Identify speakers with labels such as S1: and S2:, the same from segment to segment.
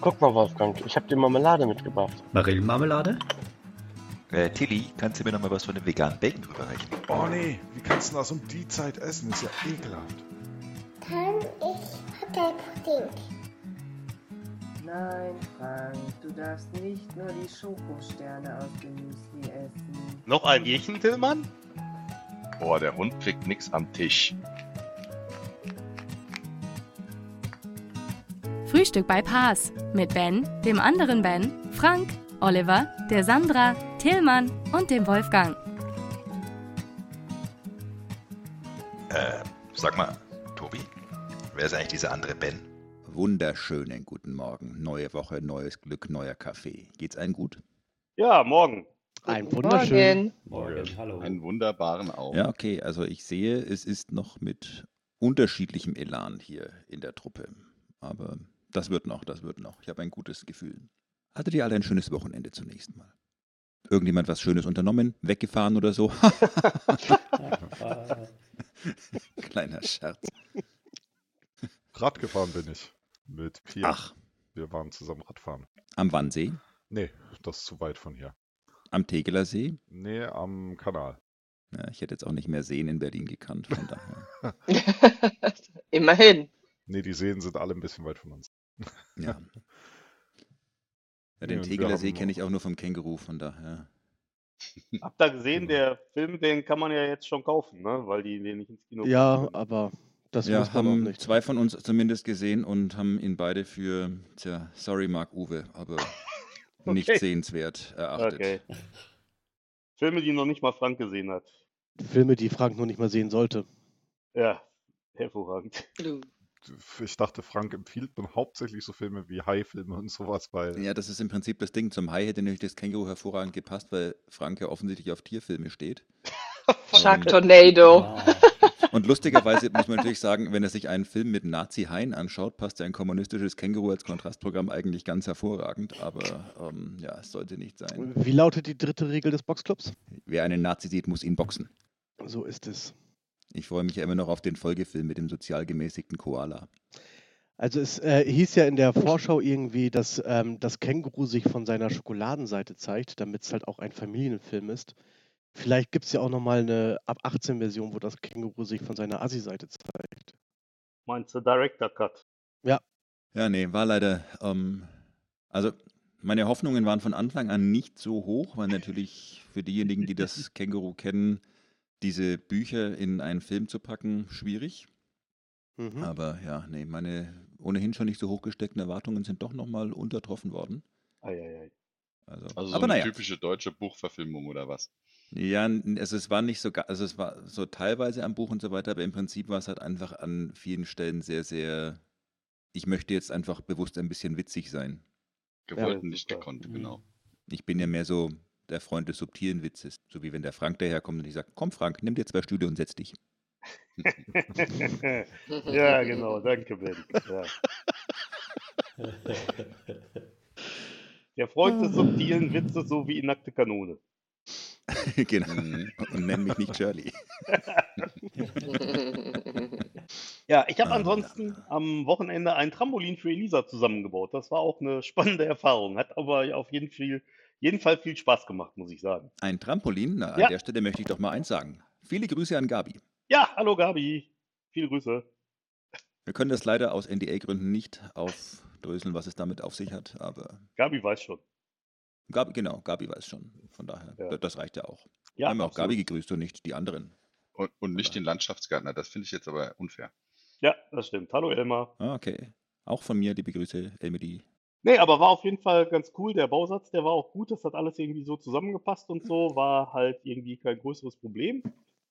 S1: Guck mal, Wolfgang, ich habe dir Marmelade mitgebracht.
S2: Marillenmarmelade?
S3: Äh, Tilly, kannst du mir nochmal was von dem veganen Bacon rüberreichen?
S4: Oh nee, wie kannst du das um die Zeit essen? Ist ja ekelhaft.
S5: Kann ich Hotelpudding?
S6: Nein, Frank, du darfst nicht nur die Schokosterne aus dem Müsli essen.
S7: Noch ein Jächen, Tillmann?
S8: Boah, der Hund kriegt nix am Tisch.
S9: Frühstück bei Paas mit Ben, dem anderen Ben, Frank, Oliver, der Sandra, Tillmann und dem Wolfgang.
S3: Äh, sag mal, Tobi, wer ist eigentlich dieser andere Ben?
S10: Wunderschönen guten Morgen. Neue Woche, neues Glück, neuer Kaffee. Geht's allen gut?
S7: Ja, morgen.
S11: Ein wunderschönen.
S2: Morgen, hallo.
S8: Einen wunderbaren Augen.
S10: Ja, okay. Also ich sehe, es ist noch mit unterschiedlichem Elan hier in der Truppe. Aber das wird noch, das wird noch. Ich habe ein gutes Gefühl. Hattet ihr alle ein schönes Wochenende zunächst mal? Irgendjemand was Schönes unternommen? Weggefahren oder so? Kleiner Scherz.
S4: Rad gefahren bin ich. Mit vier.
S10: Ach,
S4: Wir waren zusammen Radfahren.
S10: am Wannsee,
S4: Nee, das ist zu weit von hier.
S10: am Tegeler See.
S4: Nee, am Kanal.
S10: Ja, ich hätte jetzt auch nicht mehr Seen in Berlin gekannt, von daher.
S11: Immerhin.
S4: Nee, die Seen sind alle ein bisschen weit von uns.
S10: Ja. ja
S4: Ja,
S10: den
S4: und wir
S10: Tegeler See
S4: haben-
S10: kenne ich auch nur vom Känguru, von daher.
S7: Habt ihr gesehen,
S11: Genau.
S7: der Film, den kann man ja jetzt schon kaufen, ne? weil die den nicht ins Kino
S11: Ja,
S7: bringen.
S11: aber das
S10: ja,
S11: muss man auch
S10: haben
S11: nicht.
S10: zwei von uns zumindest gesehen und haben ihn beide für, tja, sorry Marc Uwe, aber nicht
S7: Okay.
S10: sehenswert erachtet.
S7: Okay. Filme, die noch nicht mal Frank gesehen hat.
S11: Filme, die Frank noch nicht mal sehen sollte.
S7: Ja, hervorragend.
S4: Ich dachte, Frank empfiehlt man hauptsächlich so Filme wie High-Filme und sowas, weil
S10: Ja, das ist im Prinzip das Ding. Zum Hai hätte nämlich das Känguru hervorragend gepasst, weil Frank ja offensichtlich auf Tierfilme steht.
S11: Äh,
S10: Ähm,
S11: Sharktornado.
S10: und lustigerweise muss man natürlich sagen, wenn er sich einen Film mit Nazi-Haien anschaut, passt ja ein kommunistisches Känguru als Kontrastprogramm eigentlich ganz hervorragend. Aber ähm, ja, es sollte nicht sein.
S11: Wie lautet die dritte Regel des Boxclubs?
S10: Wer einen Nazi sieht, muss ihn boxen.
S11: So ist es.
S10: Ich freue mich ja immer noch auf den Folgefilm mit dem sozial gemäßigten Koala.
S11: Also es äh, hieß ja in der Vorschau irgendwie, dass ähm, das Känguru sich von seiner Schokoladenseite zeigt, damit es halt auch ein Familienfilm ist. Vielleicht gibt es ja auch nochmal eine ab 18 Version, wo das Känguru sich von seiner Assi-Seite zeigt.
S7: Meinst du Director Cut?
S10: Ja, nee, war leider. Ähm, also, meine Hoffnungen waren von Anfang an nicht so hoch, weil natürlich für diejenigen, die das Känguru kennen, diese Bücher in einen Film zu packen, schwierig.
S11: Mhm.
S10: Aber ja, nee, meine ohnehin schon nicht so hoch gesteckten Erwartungen sind doch nochmal untertroffen worden.
S7: Eieiei.
S10: Also,
S8: Also so
S10: aber
S8: eine
S10: naja.
S8: typische deutsche Buchverfilmung oder was?
S10: Ja, n- also es war nicht so, ga- also es war so teilweise am Buch und so weiter, aber im Prinzip war es halt einfach an vielen Stellen sehr, sehr, ich möchte jetzt einfach bewusst ein bisschen witzig sein.
S8: Gewollt,
S7: das ist
S8: nicht
S7: klar.
S8: gekonnt, genau.
S10: Ich bin ja mehr so der Freund des subtilen Witzes, so wie wenn der Frank daherkommt und ich sage, komm Frank, nimm dir zwei Stühle und setz dich.
S7: ja, genau, danke, Ben. Ja. Der Freund des subtilen Witzes, so wie in nackte Kanone.
S10: genau.
S8: Mhm.
S10: Und nenn mich nicht Shirley.
S7: Ja, ich habe
S10: Ah,
S7: ansonsten
S10: ja.
S7: am Wochenende ein Trampolin für Elisa zusammengebaut. Das war auch eine spannende Erfahrung. Hat aber auf jeden Fall, jeden Fall viel Spaß gemacht, muss ich sagen.
S10: Ein Trampolin, na, an
S7: Ja.
S10: der Stelle möchte ich doch mal eins sagen. Viele Grüße an Gabi.
S7: Ja, hallo Gabi. Viele Grüße.
S10: Wir können das leider aus NDA-Gründen nicht aufdröseln, was es damit auf sich hat, aber
S7: Gabi weiß schon.
S10: Gabi, genau, Gabi weiß schon. Von daher,
S7: Ja.
S10: da- das reicht ja auch.
S7: Ja,
S10: haben wir auch
S7: absolut.
S10: Gabi gegrüßt und nicht die anderen.
S8: Und, und nicht den Landschaftsgärtner, das finde ich jetzt aber unfair.
S7: Ja, das stimmt. Hallo Elmar.
S10: Ah, okay. Auch von mir liebe Grüße, Elmedi.
S7: Nee, aber war auf jeden Fall ganz cool. Der Bausatz, der war auch gut. Das hat alles irgendwie so zusammengepasst und so. War halt irgendwie kein größeres Problem.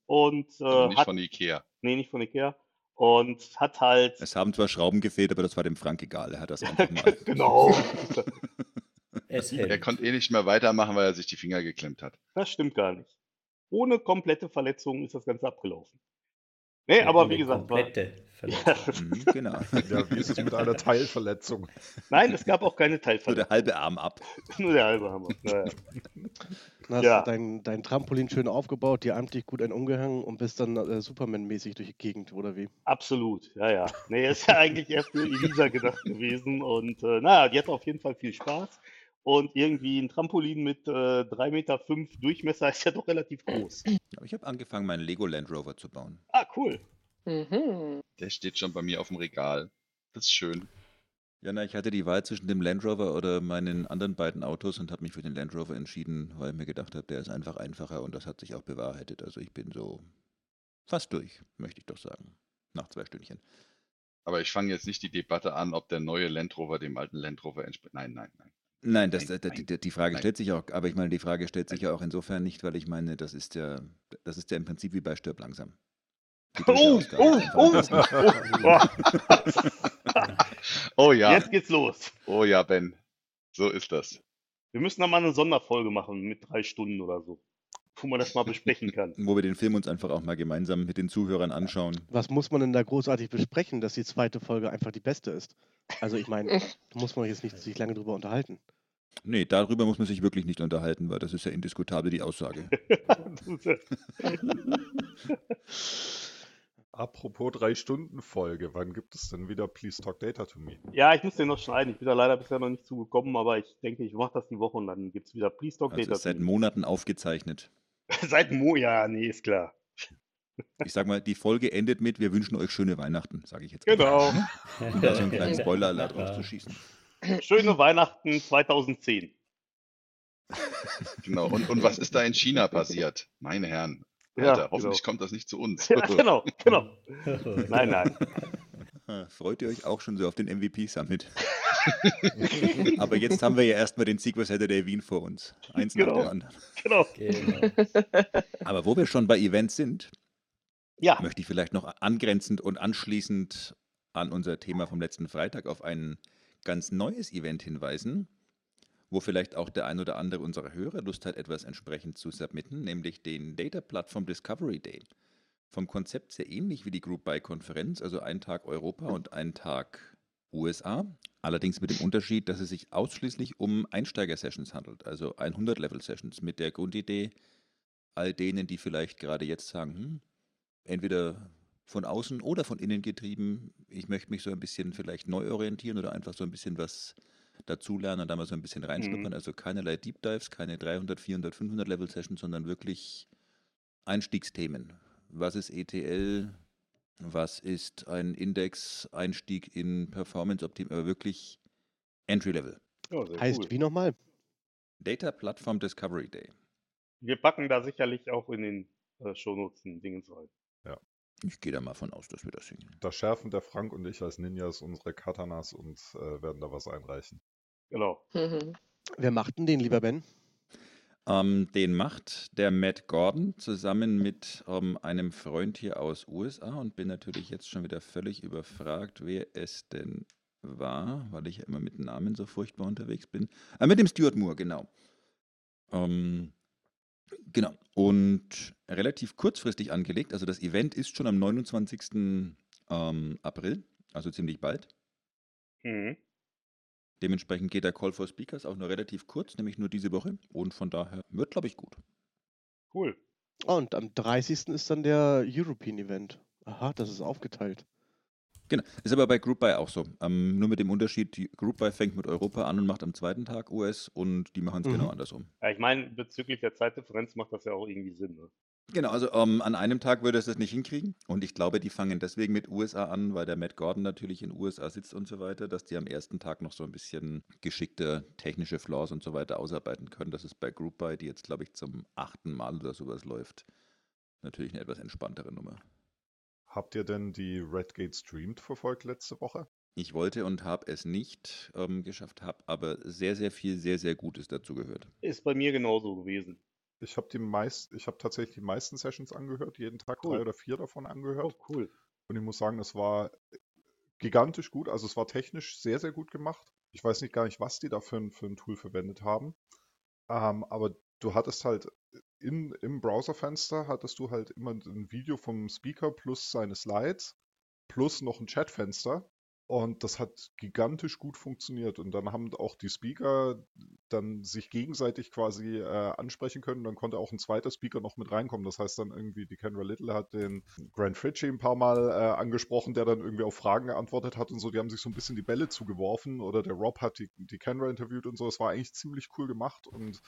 S7: Und äh,
S8: Aber nicht
S7: hat,
S8: von Ikea.
S7: nee, nicht von Ikea. Und hat halt,
S10: Es haben zwar Schrauben gefehlt, aber das war dem Frank egal. Er hat das einfach mal.
S7: genau,
S8: Er konnte eh nicht mehr weitermachen, weil er sich die Finger geklemmt hat.
S7: Das stimmt gar nicht. Ohne komplette Verletzung ist das Ganze abgelaufen. Nee, aber wie gesagt, war,
S2: komplette
S7: ja,
S10: Mhm, genau.
S4: ja, wie ist es mit einer Teilverletzung?
S7: nein, es gab auch keine
S10: Nur der
S7: Teilverletzung.
S10: halbe Arm ab.
S7: Nur der halbe Hammer. Naja.
S11: Dann hast
S7: Ja.
S11: du dein, dein Trampolin schön aufgebaut, dir amtlich gut ein umgehangen und bist dann äh, Superman-mäßig durch die Gegend, oder wie?
S7: Absolut, ja, ja. Nee, ist ja eigentlich erst für Elisa gedacht gewesen. Und äh, naja, die hat auf jeden Fall viel Spaß. Und irgendwie ein Trampolin mit äh, 3,5 Meter Durchmesser ist ja doch relativ groß.
S10: Aber ich habe angefangen, meinen Lego Land Rover zu bauen.
S7: Ah, cool.
S2: Mhm.
S8: Der steht schon bei mir auf dem Regal. Das ist schön.
S10: Ja, na, ich hatte die Wahl zwischen dem Land Rover oder meinen anderen beiden Autos und habe mich für den Land Rover entschieden, weil ich mir gedacht habe, der ist einfach einfacher und das hat sich auch bewahrheitet. Also ich bin so fast durch, möchte ich doch sagen. Nach zwei Stündchen.
S8: Aber ich fange jetzt nicht die Debatte an, ob der neue Land Rover dem alten Land Rover entspricht. Nein, nein, nein.
S10: Nein, das,
S8: Nein,
S10: da- da-
S8: nein,
S10: die, die Frage
S8: nein.
S10: stellt sich auch, aber ich meine, die Frage stellt sich ja auch insofern nicht, weil ich meine, das ist ja, das ist ja im Prinzip wie bei Stirb langsam. Die dritte
S7: Oh,
S10: Ausgabe
S7: oh,
S10: einfach
S7: oh,
S10: anders gemacht.
S8: Oh ja,
S7: Jetzt geht's los.
S8: oh ja, Ben. So ist das.
S7: Wir müssen da mal eine Sonderfolge machen mit drei Stunden oder so, wo man das mal besprechen kann.
S10: Wo wir den Film uns einfach auch mal gemeinsam mit den Zuhörern anschauen.
S11: Was muss man denn da großartig besprechen, dass die zweite Folge einfach die beste ist? Also ich meine, da muss man jetzt nicht sich lange drüber unterhalten.
S10: Nee, darüber muss man sich wirklich nicht unterhalten, weil das ist ja indiskutabel die Aussage.
S7: Das ist ja-
S4: Apropos 3-Stunden-Folge, wann gibt es denn wieder Please Talk Data to Me?
S7: Ja, ich muss den noch schneiden. Ich bin da leider bisher noch nicht zugekommen, aber ich denke, ich mache das die Woche und dann gibt's wieder Please Talk
S10: Also
S7: Data.
S10: ist seit
S7: zu.
S10: Monaten aufgezeichnet.
S7: Seit Mo, ja, nee, ist klar.
S10: Ich sag mal, die Folge endet mit, wir wünschen euch schöne Weihnachten, sage ich jetzt.
S7: Genau.
S10: einfach, Um da so einen kleinen Spoiler-Alert rauszuschießen.
S7: Schöne Weihnachten 2010.
S8: Genau. Und, und was ist da in China passiert? Meine Herren.
S7: Ja,
S8: Alter, hoffentlich kommt das nicht zu uns.
S7: genau. Ja, genau, genau. Nein, nein.
S10: Freut ihr euch auch schon so auf den MVP-Summit? Aber jetzt haben wir ja erstmal den Sequel Saturday Wien vor uns. Eins nach
S7: Genau.
S10: dem anderen.
S7: Genau.
S2: Genau.
S10: Aber wo wir schon bei Events sind,
S7: Ja,
S10: möchte ich vielleicht noch angrenzend und anschließend an unser Thema vom letzten Freitag auf ein ganz neues Event hinweisen, wo vielleicht auch der ein oder andere unserer Hörer Lust hat, etwas entsprechend zu submitten, nämlich den Data Platform Discovery Day. Vom Konzept sehr ähnlich wie die Group Buy Konferenz, also ein Tag Europa und ein Tag USA, allerdings mit dem Unterschied, dass es sich ausschließlich um Einsteiger-Sessions handelt, also 100-Level-Sessions mit der Grundidee, all denen, die vielleicht gerade jetzt sagen, hm, entweder von außen oder von innen getrieben. Ich möchte mich so ein bisschen vielleicht neu orientieren oder einfach so ein bisschen was dazulernen und da mal so ein bisschen reinschnuppern. Also keinerlei Deep Dives, keine 300, 400, 500 Level Sessions, sondern wirklich Einstiegsthemen. Was ist ETL? Was ist ein Index? Einstieg in Performance Optimierung, aber wirklich Entry Level.
S7: ja sehr
S11: Heißt
S7: cool.
S11: wie nochmal?
S10: Data Platform Discovery Day.
S7: Wir packen da sicherlich auch in den äh, Shownotes ein Dingens rein.
S10: Ich gehe da mal von aus, dass wir das singen.
S4: Da schärfen der Frank und ich als Ninjas unsere Katanas und äh, werden da was einreichen.
S7: Genau.
S2: Mhm.
S11: Wer macht denn den, lieber Ben?
S10: Ähm, den macht der Matt Gordon zusammen mit ähm, einem Freund hier aus USA und bin natürlich jetzt schon wieder völlig überfragt, wer es denn war, weil ich ja immer mit Namen so furchtbar unterwegs bin. Ah, mit dem Stuart Moore, genau. Ähm, genau. Und relativ kurzfristig angelegt, also das Event ist schon am 29. Ähm, April, also ziemlich bald.
S7: Mhm.
S10: Dementsprechend geht der Call for Speakers auch nur relativ kurz, nämlich nur diese Woche. Und von daher wird, glaube ich, gut.
S7: Cool.
S11: Oh, und am 30. ist dann der European Event. Aha, das ist aufgeteilt.
S10: Genau. Ist aber bei Group Buy auch so. Ähm, nur mit dem Unterschied, die Group Buy fängt mit Europa an und macht am zweiten Tag US und die machen es
S11: Mhm.
S10: genau andersrum.
S7: Ja, ich meine, bezüglich der Zeitdifferenz macht das ja auch irgendwie Sinn. Ne?
S10: Genau, also ähm, an einem Tag würde es das nicht hinkriegen. Und ich glaube, die fangen deswegen mit USA an, weil der Matt Gordon natürlich in USA sitzt und so weiter, dass die am ersten Tag noch so ein bisschen geschickte technische Flaws und so weiter ausarbeiten können. Das ist bei Group Buy, die jetzt, glaube ich, zum achten Mal oder sowas läuft, natürlich eine etwas entspanntere Nummer.
S4: Habt ihr denn die Redgate Streamed verfolgt letzte Woche?
S10: Ich wollte und habe es nicht ähm, geschafft, habe aber sehr, sehr viel, sehr, sehr Gutes dazu gehört.
S7: Ist bei mir genauso gewesen.
S4: Ich habe die meist, ich habe tatsächlich die meisten Sessions angehört, jeden Tag
S7: Cool.
S4: drei oder vier davon angehört.
S7: Oh, cool.
S4: Und ich muss sagen, es war gigantisch gut. Also es war technisch sehr, sehr gut gemacht. Ich weiß nicht gar nicht, was die da für ein, für ein Tool verwendet haben. Ähm, aber du hattest halt in, im Browserfenster hattest du halt immer ein Video vom Speaker plus seine Slides plus noch ein Chatfenster. Und das hat gigantisch gut funktioniert. Und dann haben auch die Speaker dann sich gegenseitig quasi äh, ansprechen können. Dann konnte auch ein zweiter Speaker noch mit reinkommen. Das heißt dann irgendwie, die Kendra Little hat den Grant Fritchie ein paar Mal äh, angesprochen, der dann irgendwie auf Fragen geantwortet hat und so. Die haben sich so ein bisschen die Bälle zugeworfen. Oder der Rob hat die, die Kendra interviewt und so. Das war eigentlich ziemlich cool gemacht und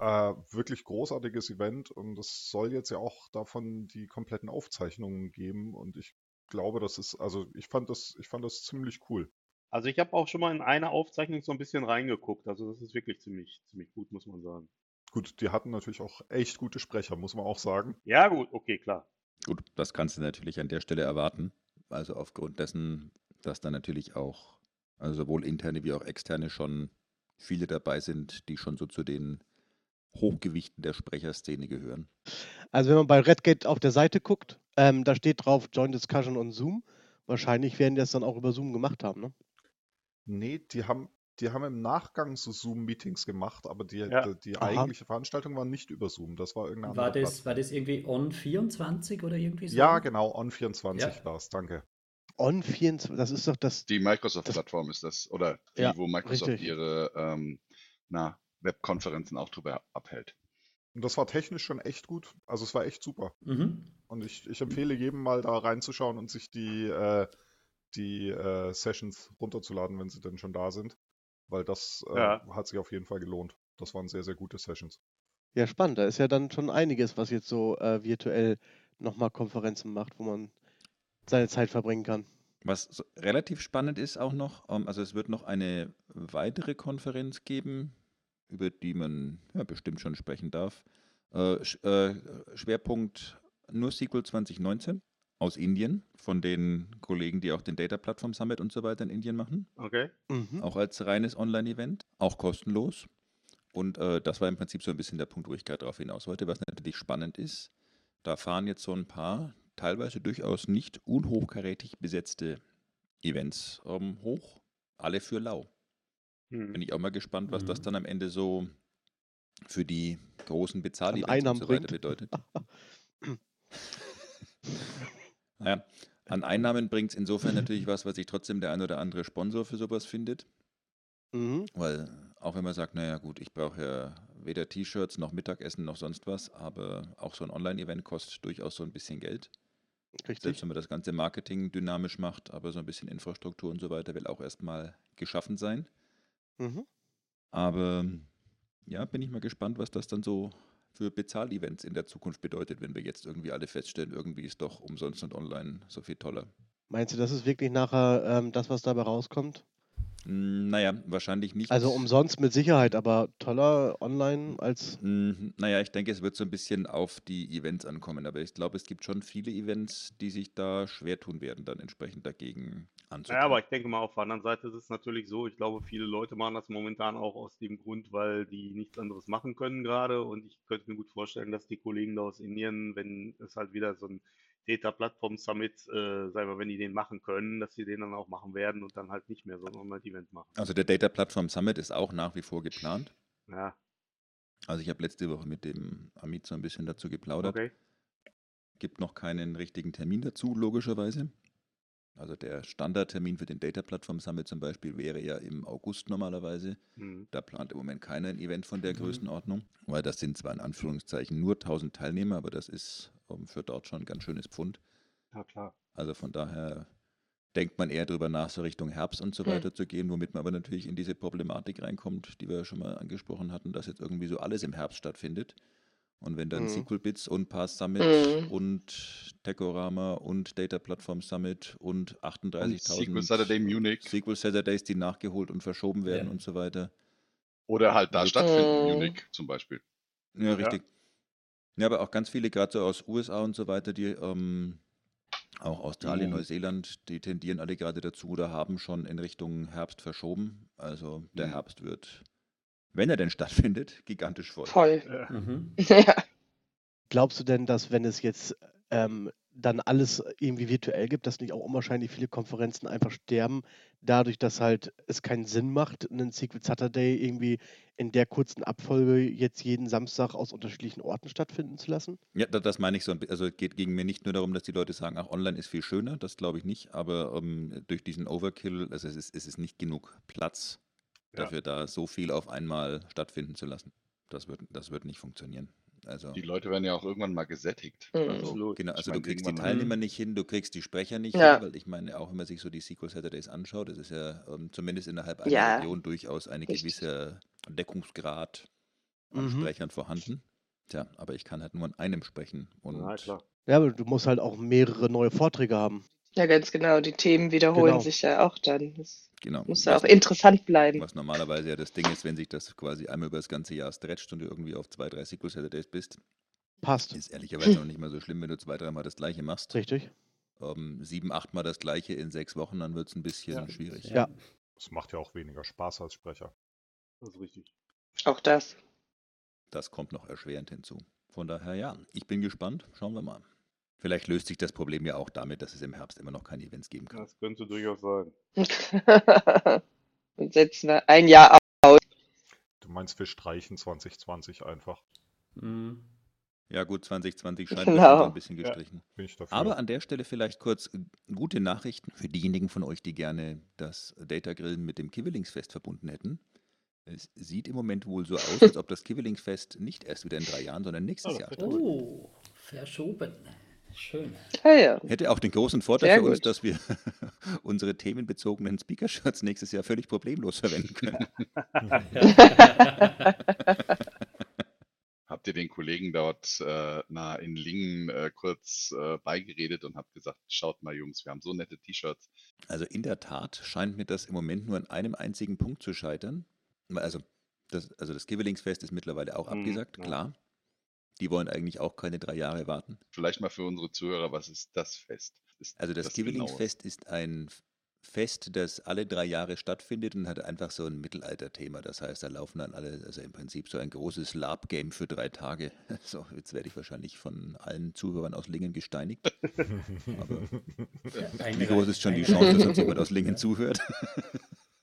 S4: äh, wirklich großartiges Event. Und es soll jetzt ja auch davon die kompletten Aufzeichnungen geben. Und ich glaube, das ist, also ich fand das, ich fand das ziemlich cool.
S7: Also ich habe auch schon mal in eine Aufzeichnung so ein bisschen reingeguckt. Also das ist wirklich ziemlich, ziemlich gut, muss man sagen.
S4: Gut, die hatten natürlich auch echt gute Sprecher, muss man auch sagen.
S7: Ja, gut, okay, klar.
S10: Gut, das kannst du natürlich an der Stelle erwarten. Also aufgrund dessen, dass da natürlich auch, also sowohl interne wie auch externe schon viele dabei sind, die schon so zu den Hochgewichten der Sprecherszene gehören.
S11: Also wenn man bei Redgate auf der Seite guckt, ähm, da steht drauf Joint Discussion on Zoom. Wahrscheinlich werden die das dann auch über Zoom gemacht haben, ne?
S4: Nee, die haben, die haben im Nachgang so Zoom-Meetings gemacht, aber die,
S7: Ja.
S4: die, die
S11: Aha.
S4: eigentliche Veranstaltung war nicht über Zoom. Das war irgendeine
S2: War
S4: andere
S2: Genau, das, war das irgendwie on 24 oder irgendwie so?
S4: Ja, genau, On24
S2: Ja.
S4: war es, danke.
S11: On24, das ist doch das.
S8: Die Microsoft-Plattform ist das, oder die,
S11: Ja,
S8: wo Microsoft
S11: richtig.
S8: ihre ähm, na, Webkonferenzen auch drüber abhält.
S4: Und das war technisch schon echt gut. Also es war echt super.
S2: Mhm.
S4: Und ich, ich empfehle jedem mal da reinzuschauen und sich die, äh, die äh, Sessions runterzuladen, wenn sie denn schon da sind. Weil das äh,
S7: Ja.
S4: hat sich auf jeden Fall gelohnt. Das waren sehr, sehr gute Sessions.
S11: Ja, spannend. Da ist ja dann schon einiges, was jetzt so äh, virtuell nochmal Konferenzen macht, wo man seine Zeit verbringen kann.
S10: Was so relativ spannend ist auch noch, ähm, also es wird noch eine weitere Konferenz geben, über die man ja, bestimmt schon sprechen darf. Äh, Sch- äh, Schwerpunkt nur SQL 2019 aus Indien, von den Kollegen, die auch den Data Platform Summit und so weiter in Indien machen.
S7: Okay.
S11: Mhm.
S10: Auch als reines Online-Event, auch kostenlos. Und äh, das war im Prinzip so ein bisschen der Punkt, wo ich gerade darauf hinaus wollte, was natürlich spannend ist. Da fahren jetzt so ein paar teilweise durchaus nicht unhochkarätig besetzte Events ähm, hoch. Alle für lau.
S7: Hm.
S10: Bin ich auch mal gespannt, was das
S2: Mhm.
S10: dann am Ende so für die großen Bezahl-Events und
S11: Einnahmen
S10: so weiter
S11: bringt.
S10: bedeutet. Naja, an Einnahmen bringt es insofern natürlich was, was sich trotzdem der ein oder andere Sponsor für sowas findet.
S11: Mhm.
S10: Weil auch wenn man sagt, naja gut, ich brauche ja weder T-Shirts noch Mittagessen noch sonst was, aber auch so ein Online-Event kostet durchaus so ein bisschen Geld. Selbst
S11: Richtig.
S10: wenn man das ganze Marketing dynamisch macht, aber so ein bisschen Infrastruktur und so weiter will auch erstmal geschaffen sein.
S11: Mhm.
S10: Aber ja, bin ich mal gespannt, was das dann so für Bezahlevents in der Zukunft bedeutet, wenn wir jetzt irgendwie alle feststellen, irgendwie ist doch umsonst und online so viel toller.
S11: Meinst du, das ist wirklich nachher ähm, das, was dabei rauskommt?
S10: Hm, Naja, wahrscheinlich nicht.
S11: Also umsonst mit Sicherheit, aber toller online als.
S10: Mhm. Naja, ich denke, es wird so ein bisschen auf die Events ankommen, aber ich glaube, es gibt schon viele Events, die sich da schwer tun werden, dann entsprechend dagegen anzugehen.
S7: Ja, aber ich denke mal, auf der anderen Seite ist es natürlich so, ich glaube, viele Leute machen das momentan auch aus dem Grund, weil die nichts anderes machen können gerade. Und ich könnte mir gut vorstellen, dass die Kollegen da aus Indien, wenn es halt wieder so ein Data Platform Summit, äh, sagen wir, wenn die den machen können, dass sie den dann auch machen werden und dann halt nicht mehr so ein Online-Event machen.
S10: also der Data Platform Summit ist auch nach wie vor geplant.
S7: Ja,
S10: Also ich habe letzte Woche mit dem Amit so ein bisschen dazu geplaudert.
S7: okay.
S10: Gibt noch keinen richtigen Termin dazu, logischerweise. Also der Standardtermin für den Data Platform Summit zum Beispiel wäre ja im August normalerweise.
S7: Hm.
S10: Da plant im Moment keiner ein Event von der
S2: Mhm.
S10: Größenordnung, weil das sind zwar in Anführungszeichen nur 1000 Teilnehmer, aber das ist ähm, für dort schon ein ganz schönes Pfund.
S7: Ja, klar.
S10: Also von daher denkt man eher darüber nach, so Richtung Herbst und so
S9: Hm.
S10: weiter zu gehen, womit man aber natürlich in diese Problematik reinkommt, die wir ja schon mal angesprochen hatten, dass jetzt irgendwie so alles im Herbst stattfindet. Und wenn dann
S11: Mhm.
S10: SQL Bits und Pass Summit
S1: Mhm.
S10: und Techorama und Data Platform Summit und
S8: Und
S10: 38.000
S8: Sequel Saturday Munich
S10: SQL Saturdays, die nachgeholt und verschoben werden
S2: Ja.
S10: und so weiter.
S8: oder halt da
S10: Mhm.
S8: stattfinden, Munich zum Beispiel.
S10: Ja, richtig. Ja, aber auch ganz viele, gerade so aus USA und so weiter, die ähm, auch Australien,
S8: Mhm.
S10: Neuseeland, die tendieren alle gerade dazu oder haben schon in Richtung Herbst verschoben. Also der
S8: Mhm.
S10: Herbst wird, wenn er denn stattfindet, gigantisch voll.
S1: Voll.
S7: Äh,
S2: Mhm.
S1: Ja.
S11: Glaubst du denn, dass wenn es jetzt ähm, dann alles irgendwie virtuell gibt, dass nicht auch unwahrscheinlich viele Konferenzen einfach sterben, dadurch, dass halt es keinen Sinn macht, einen Secret Saturday irgendwie in der kurzen Abfolge jetzt jeden Samstag aus unterschiedlichen Orten stattfinden zu lassen?
S10: Ja, das, das meine ich so. ein bi- Also es geht gegen mir nicht nur darum, dass die Leute sagen, ach, online ist viel schöner, das glaube ich nicht, aber ähm, durch diesen Overkill, also es ist, es ist nicht genug Platz
S8: Ja.
S10: dafür, da so viel auf einmal stattfinden zu lassen. Das wird, das wird nicht funktionieren. Also,
S8: Die Leute werden ja auch irgendwann mal gesättigt.
S10: Mhm. Genau,
S8: Ich
S10: also
S8: meine,
S10: du kriegst die
S8: irgendwann mal-
S11: hm.
S10: Teilnehmer nicht hin, du kriegst die Sprecher nicht
S12: Ja.
S10: hin, weil ich meine, auch wenn man sich so die Sequel Saturdays anschaut, das ist ja ähm, zumindest innerhalb einer
S12: Ja.
S10: Region durchaus ein
S12: Richtig.
S10: gewisser Deckungsgrad an
S11: Mhm.
S10: Sprechern vorhanden. Tja, aber ich kann halt nur an einem sprechen. Und
S11: Ja, aber du musst halt auch mehrere neue Vorträge haben.
S12: Ja, ganz genau. Die Themen wiederholen
S11: Genau.
S12: sich ja auch dann. Das
S10: Genau.
S12: muss ja auch interessant bleiben.
S10: Was normalerweise ja das Ding ist, wenn sich das quasi einmal über das ganze Jahr stretcht und du irgendwie auf zwei, drei Sequel Saturdays bist.
S11: Passt.
S10: Ist ehrlicherweise noch nicht mal so schlimm, wenn du zwei, dreimal das gleiche machst.
S11: Richtig.
S10: Ähm, sieben, achtmal das gleiche in sechs Wochen, dann wird es ein bisschen schwierig.
S11: Ja.
S4: Das macht ja auch weniger Spaß als Sprecher.
S7: Das ist richtig.
S12: Auch das.
S10: Das kommt noch erschwerend hinzu. Von daher, ja, ich bin gespannt. Schauen wir mal. Vielleicht löst sich das Problem ja auch damit, dass es im Herbst immer noch keine Events geben kann.
S7: Das könnte durchaus sein.
S12: Und setzen wir ne, ein Jahr aus.
S4: Du meinst, wir streichen 2020 einfach.
S2: Mhm.
S10: Ja, gut, 2020 scheint
S12: Genau.
S10: mir schon so ein bisschen
S12: Ja,
S10: gestrichen.
S4: bin ich dafür.
S10: Aber an der Stelle vielleicht kurz äh, gute Nachrichten für diejenigen von euch, die gerne das Data Grillen mit dem Kiwelingsfest verbunden hätten. Es sieht im Moment wohl so aus, als ob das Kiwelingsfest nicht erst wieder in drei Jahren, sondern nächstes Jahr stattfindet.
S2: Oh, verschoben. Schön.
S12: Ja, ja.
S10: Hätte auch den großen Vorteil
S12: Sehr
S10: für uns,
S12: gut.
S10: dass wir unsere themenbezogenen Speaker-Shirts nächstes Jahr völlig problemlos verwenden können.
S8: Habt ihr den Kollegen dort äh, na, in Lingen äh, kurz äh, beigeredet und habt gesagt, schaut mal Jungs, wir haben so nette T-Shirts.
S10: Also in der Tat scheint mir das im Moment nur an einem einzigen Punkt zu scheitern. Also das, also das Givelingsfest ist mittlerweile auch
S8: Mhm,
S10: abgesagt,
S8: ja.
S10: klar. Die wollen eigentlich auch keine drei Jahre warten.
S8: Vielleicht mal für unsere Zuhörer, was ist das Fest? Ist
S10: Also das, Givelingsfest ist ein F- Fest, das alle drei Jahre stattfindet und hat einfach so ein Mittelalterthema. Das heißt, da laufen dann alle, also im Prinzip so ein großes Lab-Game für drei Tage. So, jetzt werde ich wahrscheinlich von allen Zuhörern aus Lingen gesteinigt. Aber
S2: Ein
S10: wie groß ist schon die
S2: Reich- ein
S10: Chance, dass
S2: Reich-
S10: uns jemand aus Lingen zuhört?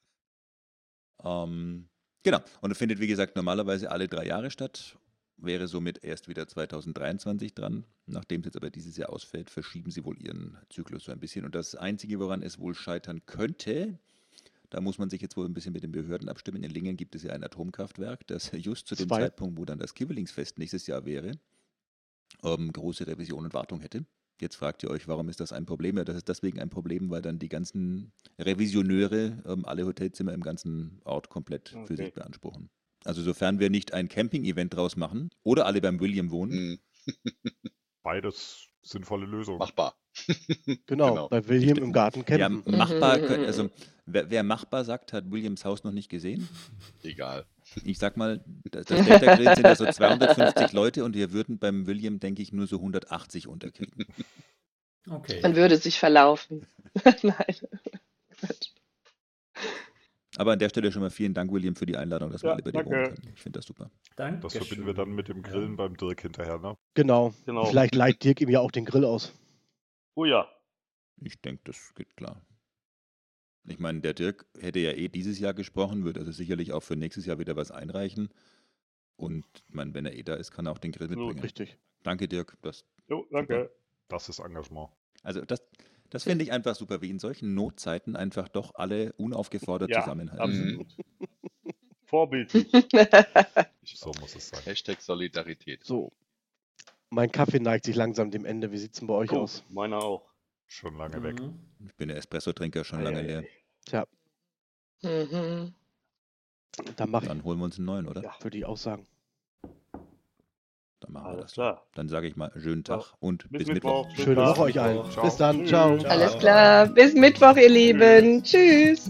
S10: ähm, genau, und es findet wie gesagt normalerweise alle drei Jahre statt. Wäre somit erst wieder 2023 dran. Nachdem es jetzt aber dieses Jahr ausfällt, verschieben sie wohl ihren Zyklus so ein bisschen. Und das Einzige, woran es wohl scheitern könnte, da muss man sich jetzt wohl ein bisschen mit den Behörden abstimmen. In Lingen gibt es ja ein Atomkraftwerk, das just zu dem
S11: Zwei.
S10: Zeitpunkt, wo dann das Kivelingsfest nächstes Jahr wäre, ähm, große Revision und Wartung hätte. Jetzt fragt ihr euch, warum ist das ein Problem? Ja, das ist deswegen ein Problem, weil dann die ganzen Revisioneure ähm, alle Hotelzimmer im ganzen Ort komplett für
S8: Okay.
S10: sich beanspruchen. Also sofern wir nicht ein Camping-Event draus machen oder alle beim William wohnen.
S4: Beides sinnvolle Lösung.
S8: Machbar.
S11: Genau, bei William im Garten
S10: Ja,
S11: campen.
S10: machbar, könnt- also wer, wer machbar sagt, hat Williams Haus noch nicht gesehen.
S8: Egal.
S10: Ich sag mal, das das Delta Grill sind also 250 Leute und wir würden beim William, denke ich, nur so 180 unterkriegen.
S2: Okay.
S12: Man würde sich verlaufen. Nein.
S10: Aber an der Stelle schon mal vielen Dank, William, für die Einladung, dass wir
S12: Ja,
S10: alle bei dir
S12: danke.
S10: wohnen können. Ich finde das super.
S2: Danke.
S4: Das verbinden wir dann mit dem Grillen beim Dirk hinterher, ne?
S11: Genau.
S4: Genau.
S11: Vielleicht leiht Dirk ihm ja auch den Grill aus.
S7: Oh ja.
S10: Ich denke, das geht klar. Ich meine, der Dirk hätte ja eh dieses Jahr gesprochen, wird also sicherlich auch für nächstes Jahr wieder was einreichen. Und ich meine, wenn er eh da ist, kann er auch den Grill mitbringen.
S11: Richtig.
S10: Danke, Dirk. Das,
S7: Jo,
S10: danke.
S4: Das ist Engagement.
S10: also das, das finde ich einfach super, wie in solchen Notzeiten einfach doch alle unaufgefordert
S7: Ja,
S10: zusammenhalten.
S7: absolut. Vorbildlich.
S4: so muss es sein.
S8: Hashtag Solidarität.
S11: So. Mein Kaffee neigt sich langsam dem Ende. Wie sieht's denn bei euch
S10: Oh,
S11: aus?
S7: Meiner auch.
S4: Schon lange
S2: Mhm.
S10: weg. Ich bin der Espresso-Trinker schon
S11: Ei,
S10: lange
S11: ei,
S10: leer.
S11: Tja,
S12: Mhm.
S11: dann mach
S10: Dann holen wir uns einen neuen, oder?
S11: Würde ich auch sagen.
S10: Dann machen wir
S11: Alles
S10: das. Dann sage ich mal schönen Tag und bis, Mittwoch.
S11: Schöne Woche euch allen. Bis dann. Ciao.
S12: Alles klar. Bis Mittwoch, ihr Lieben. Tschüss.